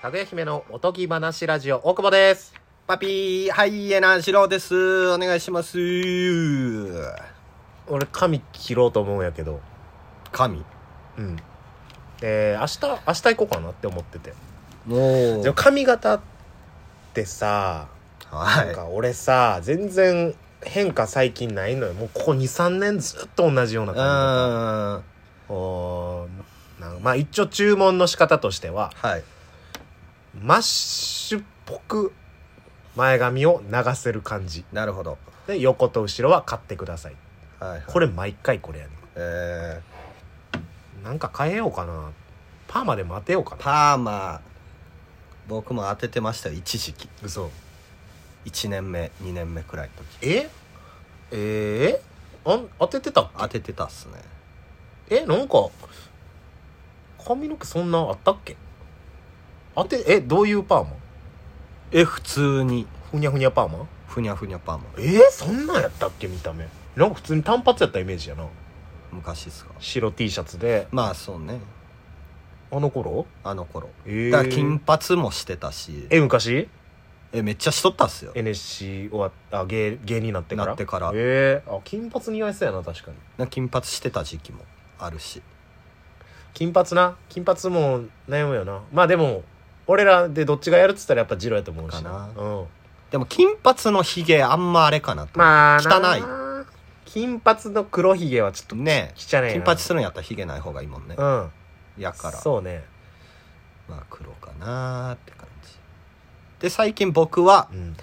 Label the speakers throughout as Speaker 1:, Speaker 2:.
Speaker 1: かぐや姫のおとぎ話ラジオ、大久保です。
Speaker 2: パピー、ハイエナ、シロです。お願いします。
Speaker 1: 俺、髪切ろうと思うんやけど。
Speaker 2: 神。
Speaker 1: うん。で、明日、明日行こうかなって思ってて。
Speaker 2: も
Speaker 1: でも髪型ってさ、
Speaker 2: は
Speaker 1: なん
Speaker 2: い。
Speaker 1: か俺さ、全然変化最近ないのよ。もうここ2、3年ずっと同じような
Speaker 2: う
Speaker 1: 髪型。
Speaker 2: ーん。
Speaker 1: おーなんまあ一応注文の仕方としては、
Speaker 2: はい。
Speaker 1: マッシュっぽく前髪を流せる感じ。
Speaker 2: なるほど。
Speaker 1: で、横と後ろは買ってください。
Speaker 2: はい、はい。
Speaker 1: これ毎回これやね
Speaker 2: えー、
Speaker 1: んなんか変えようかなパーマでも当てようかな
Speaker 2: パーマ、僕も当ててましたよ、一時期。
Speaker 1: 嘘
Speaker 2: 1年目、2年目くらいの時。
Speaker 1: ええー、あん当ててたっ
Speaker 2: 当ててたっすね。
Speaker 1: けえなんか髪の毛そんなあったっけ当てえどういうパーマ
Speaker 2: え、普通に、
Speaker 1: ふにゃふにゃパーマ
Speaker 2: ふにゃふにゃパーマ。
Speaker 1: えー、そんなんやったっけ見た目なんか普通に単発やったイメージやな
Speaker 2: 昔っすか。
Speaker 1: 白 T シャツで
Speaker 2: まあ、そうね。
Speaker 1: あの頃
Speaker 2: あの頃。
Speaker 1: え
Speaker 2: だから金髪もしてたし、
Speaker 1: え昔
Speaker 2: え、めっちゃしとったっすよ。
Speaker 1: NSC 終わっあ芸芸人になってから
Speaker 2: なってから
Speaker 1: えー、あ金髪似合いそうやな確かに
Speaker 2: な金髪してた時期もあるし。
Speaker 1: 金髪な金髪も悩むよなまあでも俺らでどっちがやるっつったらやっぱジロやと思うし
Speaker 2: か
Speaker 1: うん、
Speaker 2: でも金髪のヒゲあんまあれかなと思う
Speaker 1: まあ
Speaker 2: 汚い
Speaker 1: い金髪の黒ひげはちょっと
Speaker 2: ね
Speaker 1: 汚いな
Speaker 2: え金髪するんやったらヒゲない方がいいもんね
Speaker 1: うん
Speaker 2: やから
Speaker 1: そうね
Speaker 2: まあ黒かなーって感じで最近僕は
Speaker 1: うん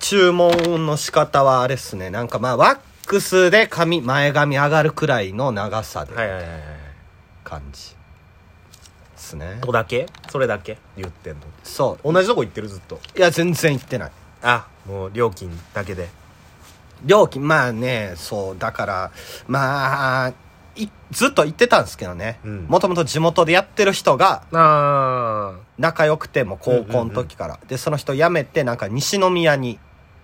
Speaker 2: 注文の仕方はあれっすねなんかまあワックスで髪前髪上がるくらいの長さ
Speaker 1: はい
Speaker 2: で
Speaker 1: はいはいはい
Speaker 2: 感じっすね
Speaker 1: とだけそれだけ言ってんの
Speaker 2: そ
Speaker 1: 同じとこ行ってるずっと
Speaker 2: ういや全然行ってない
Speaker 1: あもう料金だけで
Speaker 2: 料金まあねそうだからまあいずっと行ってたんですけどね
Speaker 1: うん
Speaker 2: もともと地元でやってる人が
Speaker 1: あ
Speaker 2: 仲良くてもう高校の時から、でその人辞めてなんか西宮に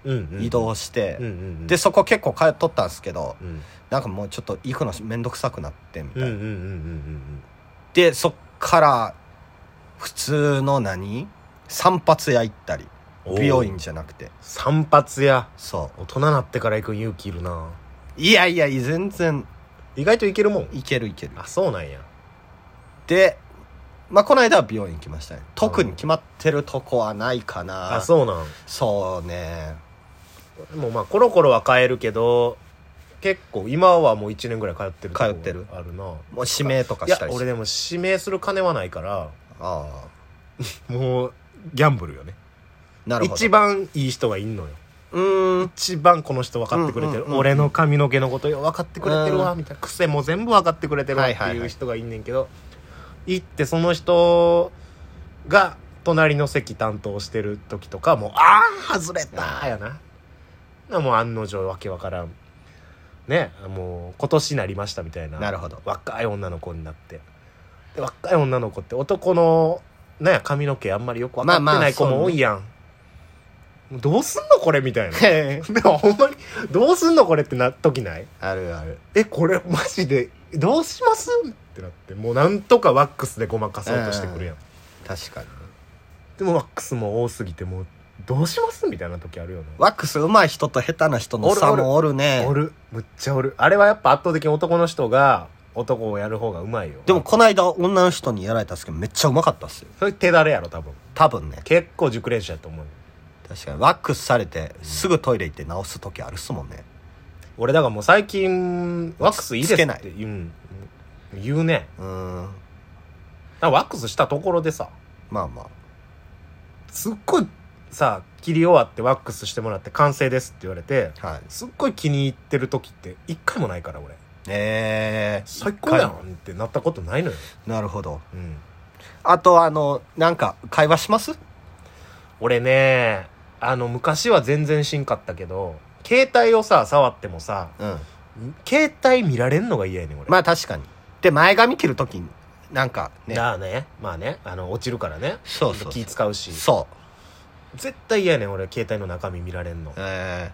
Speaker 1: うん、うん、
Speaker 2: 移動して、
Speaker 1: うんうんうん
Speaker 2: でそこ結構通っとったんですけど
Speaker 1: うん
Speaker 2: なんかもうちょっと行くのめんどくさくなってみた
Speaker 1: う
Speaker 2: い
Speaker 1: んう
Speaker 2: な、
Speaker 1: んうんうんうん
Speaker 2: でそっから普通の何散髪屋行ったり
Speaker 1: おー
Speaker 2: 美容院じゃなくて
Speaker 1: 散髪や
Speaker 2: そ
Speaker 1: 大人なってから行く勇気いるな
Speaker 2: ういやいや全然
Speaker 1: 意外といけるもん
Speaker 2: いけるいける
Speaker 1: あそうなんや
Speaker 2: でまあこの間は美容院行きましたね特に決まってるとこはないかな
Speaker 1: あそうなん
Speaker 2: そうね
Speaker 1: でもまあコロコロは変えるけど結構今はもう1年ぐらい通ってるとこ
Speaker 2: 通ってる
Speaker 1: あるな
Speaker 2: もう指名とか
Speaker 1: いや
Speaker 2: したりし
Speaker 1: 俺
Speaker 2: て
Speaker 1: でも指名する金はないから
Speaker 2: ああ
Speaker 1: もうギャンブルよね
Speaker 2: なるほど
Speaker 1: 一番いい人がいんのよ
Speaker 2: うーん
Speaker 1: 一番この人分かってくれてる、
Speaker 2: うんうんうん
Speaker 1: 俺の髪の毛のことよ分かってくれてるわみたいな癖も全部分かってくれてるわ
Speaker 2: は
Speaker 1: っ
Speaker 2: い
Speaker 1: て
Speaker 2: はいはい
Speaker 1: いう人がいんねんけど、行ってその人が隣の席担当してる時とかもうああ外れたーやななもう案の定わけわからんねもう今年なりましたみたいな
Speaker 2: なるほ ど
Speaker 1: 若い女の子になってで若い女の子って男の、ね、髪の毛あんまりよく分かって
Speaker 2: まあま
Speaker 1: な
Speaker 2: あ
Speaker 1: い子も多いやん、もうどうすんのこれみたいな でもほんまにどうすんのこれってな時ない
Speaker 2: あるある
Speaker 1: えこれマジでどうしますってなってもうなんとかワックスでごまかそうとしてくるやん、
Speaker 2: 確かに
Speaker 1: でもワックスも多すぎてもうどうしますみたいな時あるよな
Speaker 2: ワックス上手い人と下手な人の差もおるね
Speaker 1: おるむっちゃおるあれはやっぱ圧倒的に男の人が男をやる方がうまいよ
Speaker 2: でもこの間女の人にやられたんですけどめっちゃうまかったっすよ
Speaker 1: それ手だれやろ多分
Speaker 2: 多分ね
Speaker 1: 結構熟練者やと思う
Speaker 2: 確かにワックスされてすぐトイレ行って直す時あるっすもんね
Speaker 1: 俺だからもう最近ワックスいいです
Speaker 2: つけな
Speaker 1: っ
Speaker 2: い
Speaker 1: て言うん言うね
Speaker 2: うーん
Speaker 1: なんかワックスしたところでさ
Speaker 2: まあまあ
Speaker 1: すっごいさ切り終わってワックスしてもらって完成ですって言われて
Speaker 2: はい
Speaker 1: すっごい気に入ってる時って一回もないから俺
Speaker 2: えー、
Speaker 1: 最高やんってなったことないのよ、
Speaker 2: なるほど
Speaker 1: うん、
Speaker 2: あとあのなんか会話します
Speaker 1: 俺ねあの昔は全然しんかったけど携帯をさ触ってもさ
Speaker 2: うん
Speaker 1: 携帯見られんのが嫌やねん俺
Speaker 2: まあ確かにで前髪切る時になんかね
Speaker 1: だあねまあねあの落ちるからね
Speaker 2: そうそうそ
Speaker 1: 気
Speaker 2: う
Speaker 1: 使うし
Speaker 2: そう
Speaker 1: 絶対嫌やねん俺携帯の中身見られんの
Speaker 2: え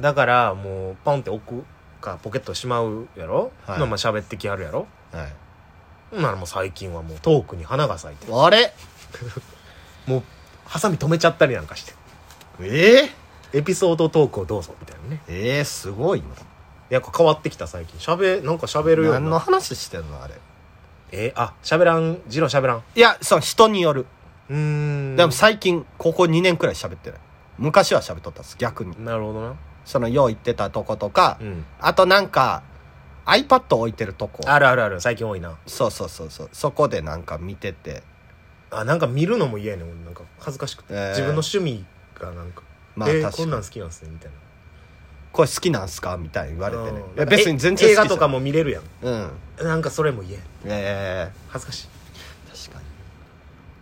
Speaker 1: だからもうポンって置くかポケットしまうやろ、
Speaker 2: はい
Speaker 1: まあまあ喋ってきはるやろ
Speaker 2: ーはい
Speaker 1: ほんならもう最近はもうトークに花が咲いてる
Speaker 2: あれ
Speaker 1: もうハサミ止めちゃったりなんかして
Speaker 2: ええ
Speaker 1: エピソードトークをどうぞみたいなね
Speaker 2: ええすごい
Speaker 1: やっぱ変わってきた最近しゃべなんかしゃべるよう
Speaker 2: 何
Speaker 1: に
Speaker 2: の
Speaker 1: な
Speaker 2: 話してんのあれ
Speaker 1: えあしゃべらんジローしゃべらんう
Speaker 2: いやそう人による、
Speaker 1: ーん
Speaker 2: でも最近ここ2年くらい喋ってない昔は喋っとったんです逆に
Speaker 1: なるほどな
Speaker 2: そのよう行ってたとことか、
Speaker 1: うん
Speaker 2: あとなんか iPad 置いてるとこ
Speaker 1: あるあるある最近多いな
Speaker 2: そうそうそうそうそこでなんか見てて
Speaker 1: あなんか見るのも嫌やねん俺なんか恥ずかしくて、
Speaker 2: えー
Speaker 1: 自分の趣味がなんか「
Speaker 2: まあ
Speaker 1: えー
Speaker 2: 確か
Speaker 1: こん
Speaker 2: に
Speaker 1: なん好きなんすね」みたいな
Speaker 2: これ好きなんすかみたいに言われてね
Speaker 1: うん
Speaker 2: いや別に全
Speaker 1: え
Speaker 2: 然好き
Speaker 1: 映
Speaker 2: じゃ
Speaker 1: 画
Speaker 2: ない
Speaker 1: とかも見れるやん
Speaker 2: うん
Speaker 1: なんかそれも嫌や
Speaker 2: ええ
Speaker 1: 恥ずかしい
Speaker 2: 確か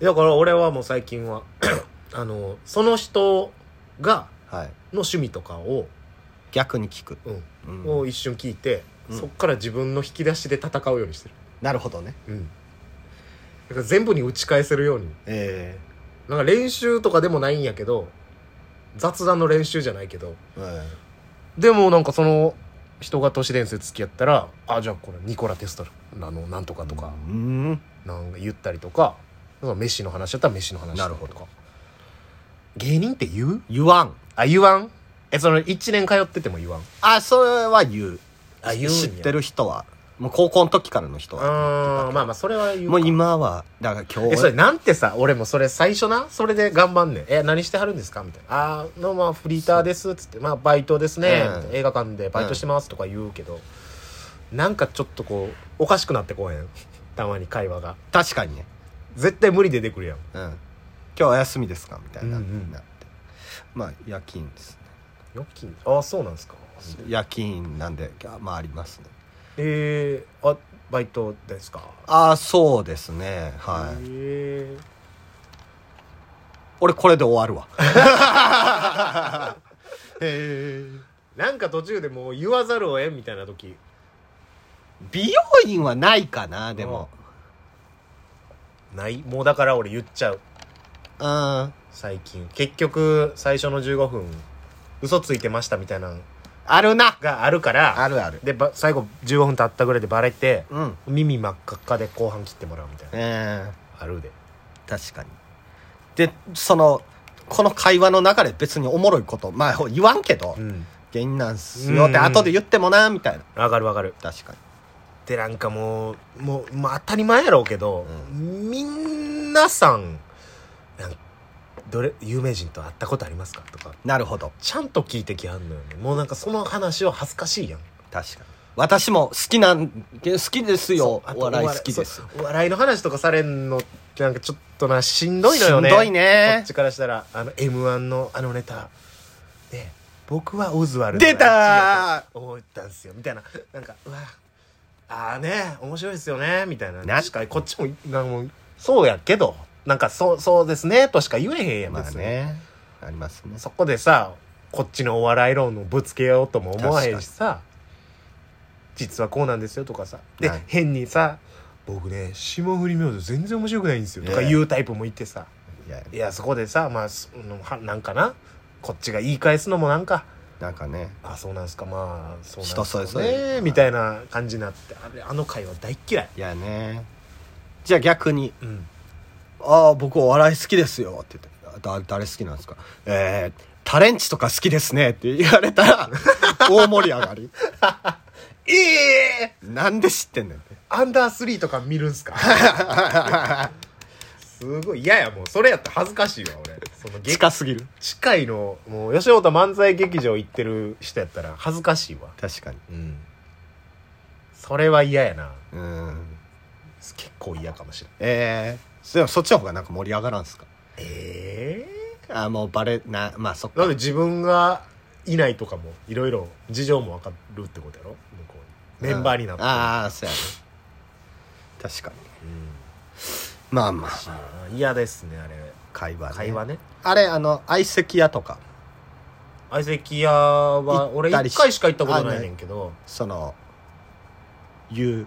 Speaker 2: に
Speaker 1: だから俺はもう最近は あのその人が
Speaker 2: はい
Speaker 1: の趣味とかを、
Speaker 2: 逆に聞く、
Speaker 1: うん
Speaker 2: うん
Speaker 1: を一瞬聞いて、
Speaker 2: うん
Speaker 1: そっから自分の引き出しで戦うようにしてる
Speaker 2: なるほどね
Speaker 1: うんだから全部に打ち返せるように
Speaker 2: え
Speaker 1: なんか練習とかでもないんやけど雑談の練習じゃないけど
Speaker 2: えうん
Speaker 1: でもなんかその人が都市伝説付き合ったらあじゃあこれニコラ・テストルあのなんとかとか、
Speaker 2: うん
Speaker 1: なんか言ったりとかその飯の話だったら飯の話
Speaker 2: なるほど
Speaker 1: とか芸人って言う
Speaker 2: 言わん
Speaker 1: あ言わんえその1年通ってても言わん
Speaker 2: あそれは言う
Speaker 1: あ言うんや
Speaker 2: 知ってる人はもう高校の時からの人
Speaker 1: う
Speaker 2: は
Speaker 1: ーんまあまあそれは言うか
Speaker 2: もう今はだから今
Speaker 1: え
Speaker 2: 日
Speaker 1: それなんてさ俺もそれ最初なそれで頑張んねんえ何してはるんですかみたいなあーのまあフリーターですっつってまあバイトですね、
Speaker 2: うん
Speaker 1: みたいな映画館でバイトしてますとか言うけど、なんかちょっとこうおかしくなってこうへんたまに会話が
Speaker 2: 確かにね
Speaker 1: 絶対無理出てくるやん
Speaker 2: うん今日は休みですかみたいな、
Speaker 1: うんうん
Speaker 2: なってまあ夜勤です
Speaker 1: よきああそうなんですか
Speaker 2: ね夜勤なんでまあありますね
Speaker 1: えー、あバイトですか
Speaker 2: ああそうですねはい
Speaker 1: え
Speaker 2: 俺これで終わ るわへえ
Speaker 1: なんか途中でもう言わざるを得んみたいな時
Speaker 2: 美容院はないかなでも
Speaker 1: ないもうだから俺言っちゃう
Speaker 2: うん
Speaker 1: 最近結局最初の15分嘘ついてましたみたいなの
Speaker 2: あるな
Speaker 1: があるから
Speaker 2: あるある
Speaker 1: でば最後15分経ったぐらいでバレて
Speaker 2: うん
Speaker 1: 耳真っ赤っかで後半切ってもらうみたいな
Speaker 2: ええ
Speaker 1: あるで
Speaker 2: 確かにでそのこの会話の中で別におもろいことまあ言わんけど
Speaker 1: うん
Speaker 2: 芸人なんすよって
Speaker 1: うん
Speaker 2: 後で言ってもなみたいな
Speaker 1: わかるわかる
Speaker 2: 確かに
Speaker 1: でなんかもうもう、まあ、当たり前やろうけど、みんなさんなんどれ有名人と会ったことありますかとか
Speaker 2: なるほど
Speaker 1: ちゃんと聞いてきはんのよねもうなんかその話は恥ずかしいやん
Speaker 2: 確かに私も好きなん好きですよ
Speaker 1: そうあと
Speaker 2: お笑い好きです
Speaker 1: そうお笑いの話とかされんのなんかちょっとなしんどいのよね
Speaker 2: しんどいね
Speaker 1: こっちからしたらあの m 1のあのネタで僕はオズワルド
Speaker 2: 出た
Speaker 1: ー思ったんすよみたいななんかうわああね面白いですよねみたいな
Speaker 2: な
Speaker 1: 確かにこっちもなんかもうそうやけどなんかそうそうですねとしか言えへんやん、
Speaker 2: まあ
Speaker 1: 別に
Speaker 2: ねありますね
Speaker 1: そこでさこっちのお笑い論をぶつけようとも思わへんしさ実はこうなんですよとかさで、
Speaker 2: はい
Speaker 1: 変にさ「僕ね霜降り明星全然面白くないんですよ」とか
Speaker 2: ねえ
Speaker 1: 言うタイプもいてさ、
Speaker 2: いや
Speaker 1: いやそこでさまあすうんはなんかなこっちが言い返すのもなんか
Speaker 2: なんかね
Speaker 1: 「あそうなんすかまあそうなんすか、ね」
Speaker 2: 人それぞれ
Speaker 1: みたいな感じになってあれあの回は大っ嫌い、
Speaker 2: いやねじゃあ逆に
Speaker 1: うん、
Speaker 2: 「ああ僕お笑い好きですよ」って言って「だ誰好きなんですか?」えー「タレンチとか好きですね」って言われ たら大盛り上がり
Speaker 1: ええ
Speaker 2: なんで知ってんねんって
Speaker 1: アンダースリーとか見るんす かすごい嫌やもうそれやったら恥ずかしいわ俺その激
Speaker 2: 近すぎる
Speaker 1: 近いのもう吉本漫才劇場行ってる人やったら恥ずかしいわ
Speaker 2: 確かに
Speaker 1: うんそれは嫌やな
Speaker 2: うん
Speaker 1: 結構嫌かもしれない
Speaker 2: えー、でもそっちの方がなんか盛り上がらんすか
Speaker 1: え
Speaker 2: あーもうバレなまあそっ
Speaker 1: えな
Speaker 2: か
Speaker 1: んで自分がいないとかもいろいろ事情も分かるってことやろ向こうにメンバーになって
Speaker 2: うんああそうやね確かにまあまあ
Speaker 1: うん嫌ですねあれ
Speaker 2: 会話ね
Speaker 1: 会話ね
Speaker 2: あれあの相席屋とか
Speaker 1: 相席屋は俺
Speaker 2: 行ったり
Speaker 1: 一
Speaker 2: し
Speaker 1: 回しか行ったことないねんけど
Speaker 2: その言う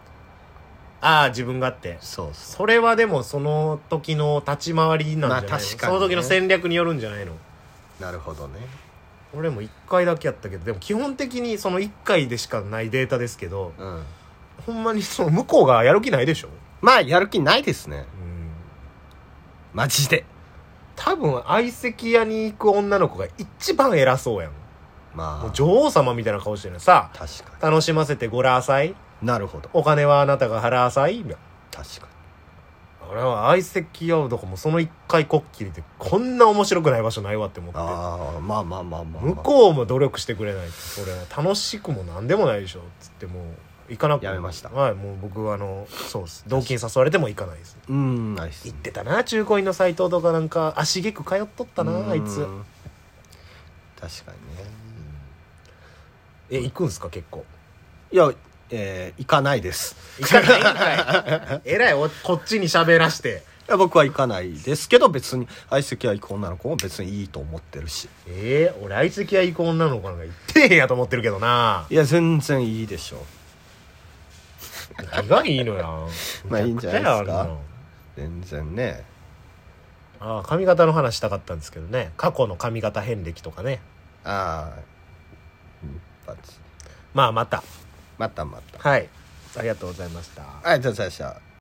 Speaker 1: ああ自分があって
Speaker 2: そうそう
Speaker 1: それはでもその時の立ち回りなんじゃないの、
Speaker 2: まあ確
Speaker 1: そ
Speaker 2: かにね
Speaker 1: の時の戦略によるんじゃないの
Speaker 2: なるほどね
Speaker 1: 俺も1回だけやったけどでも基本的にその1回でしかないデータですけど
Speaker 2: うん
Speaker 1: ほんまにその向こうがやる気ないでしょ、
Speaker 2: まあやる気ないですね
Speaker 1: うん、
Speaker 2: マジで
Speaker 1: 多分相席屋に行く女の子が一番偉そうやん
Speaker 2: ま
Speaker 1: もう
Speaker 2: あ
Speaker 1: 女王様みたいな顔してるのさあ
Speaker 2: 確か
Speaker 1: 楽しませてごらんさい
Speaker 2: になるほど
Speaker 1: お金はあなたが払わさいみたいな
Speaker 2: 確か
Speaker 1: 俺は相席屋とかもうその一回こっきりでこんな面白くない場所ないわって思
Speaker 2: に
Speaker 1: って
Speaker 2: ああまあまあまあまあ、まあ、
Speaker 1: 向こうも努力してくれないとそれは楽しくも何でもないでしょっつってもう行かなく
Speaker 2: やめました
Speaker 1: はいもう僕はあのそうです同期に誘われても行かないです
Speaker 2: ううんないっす
Speaker 1: 行ってたな中古院の斎藤とかなんか足げく通っとったなあいつ
Speaker 2: うん確かにね
Speaker 1: え行くんすか結構
Speaker 2: いやえー行かないです
Speaker 1: 行かないん かいえらいおこっちに喋らして
Speaker 2: いや僕は行かないですけど別に相席は行く女の子も別にいいと思ってるし
Speaker 1: えー、俺相席屋行く女の子なんか行ってへんやと思ってるけどない
Speaker 2: や全然いいでしょ
Speaker 1: 何がいいのや
Speaker 2: まあいいんじゃな
Speaker 1: めちくち
Speaker 2: いですか
Speaker 1: やあんな
Speaker 2: 全然ね
Speaker 1: ああ髪型の話したかったんですけどね過去の髪型遍歴とかね
Speaker 2: ああうんバツ
Speaker 1: まあまた
Speaker 2: またまた
Speaker 1: はいありがとうございました
Speaker 2: はいじゃあ最初は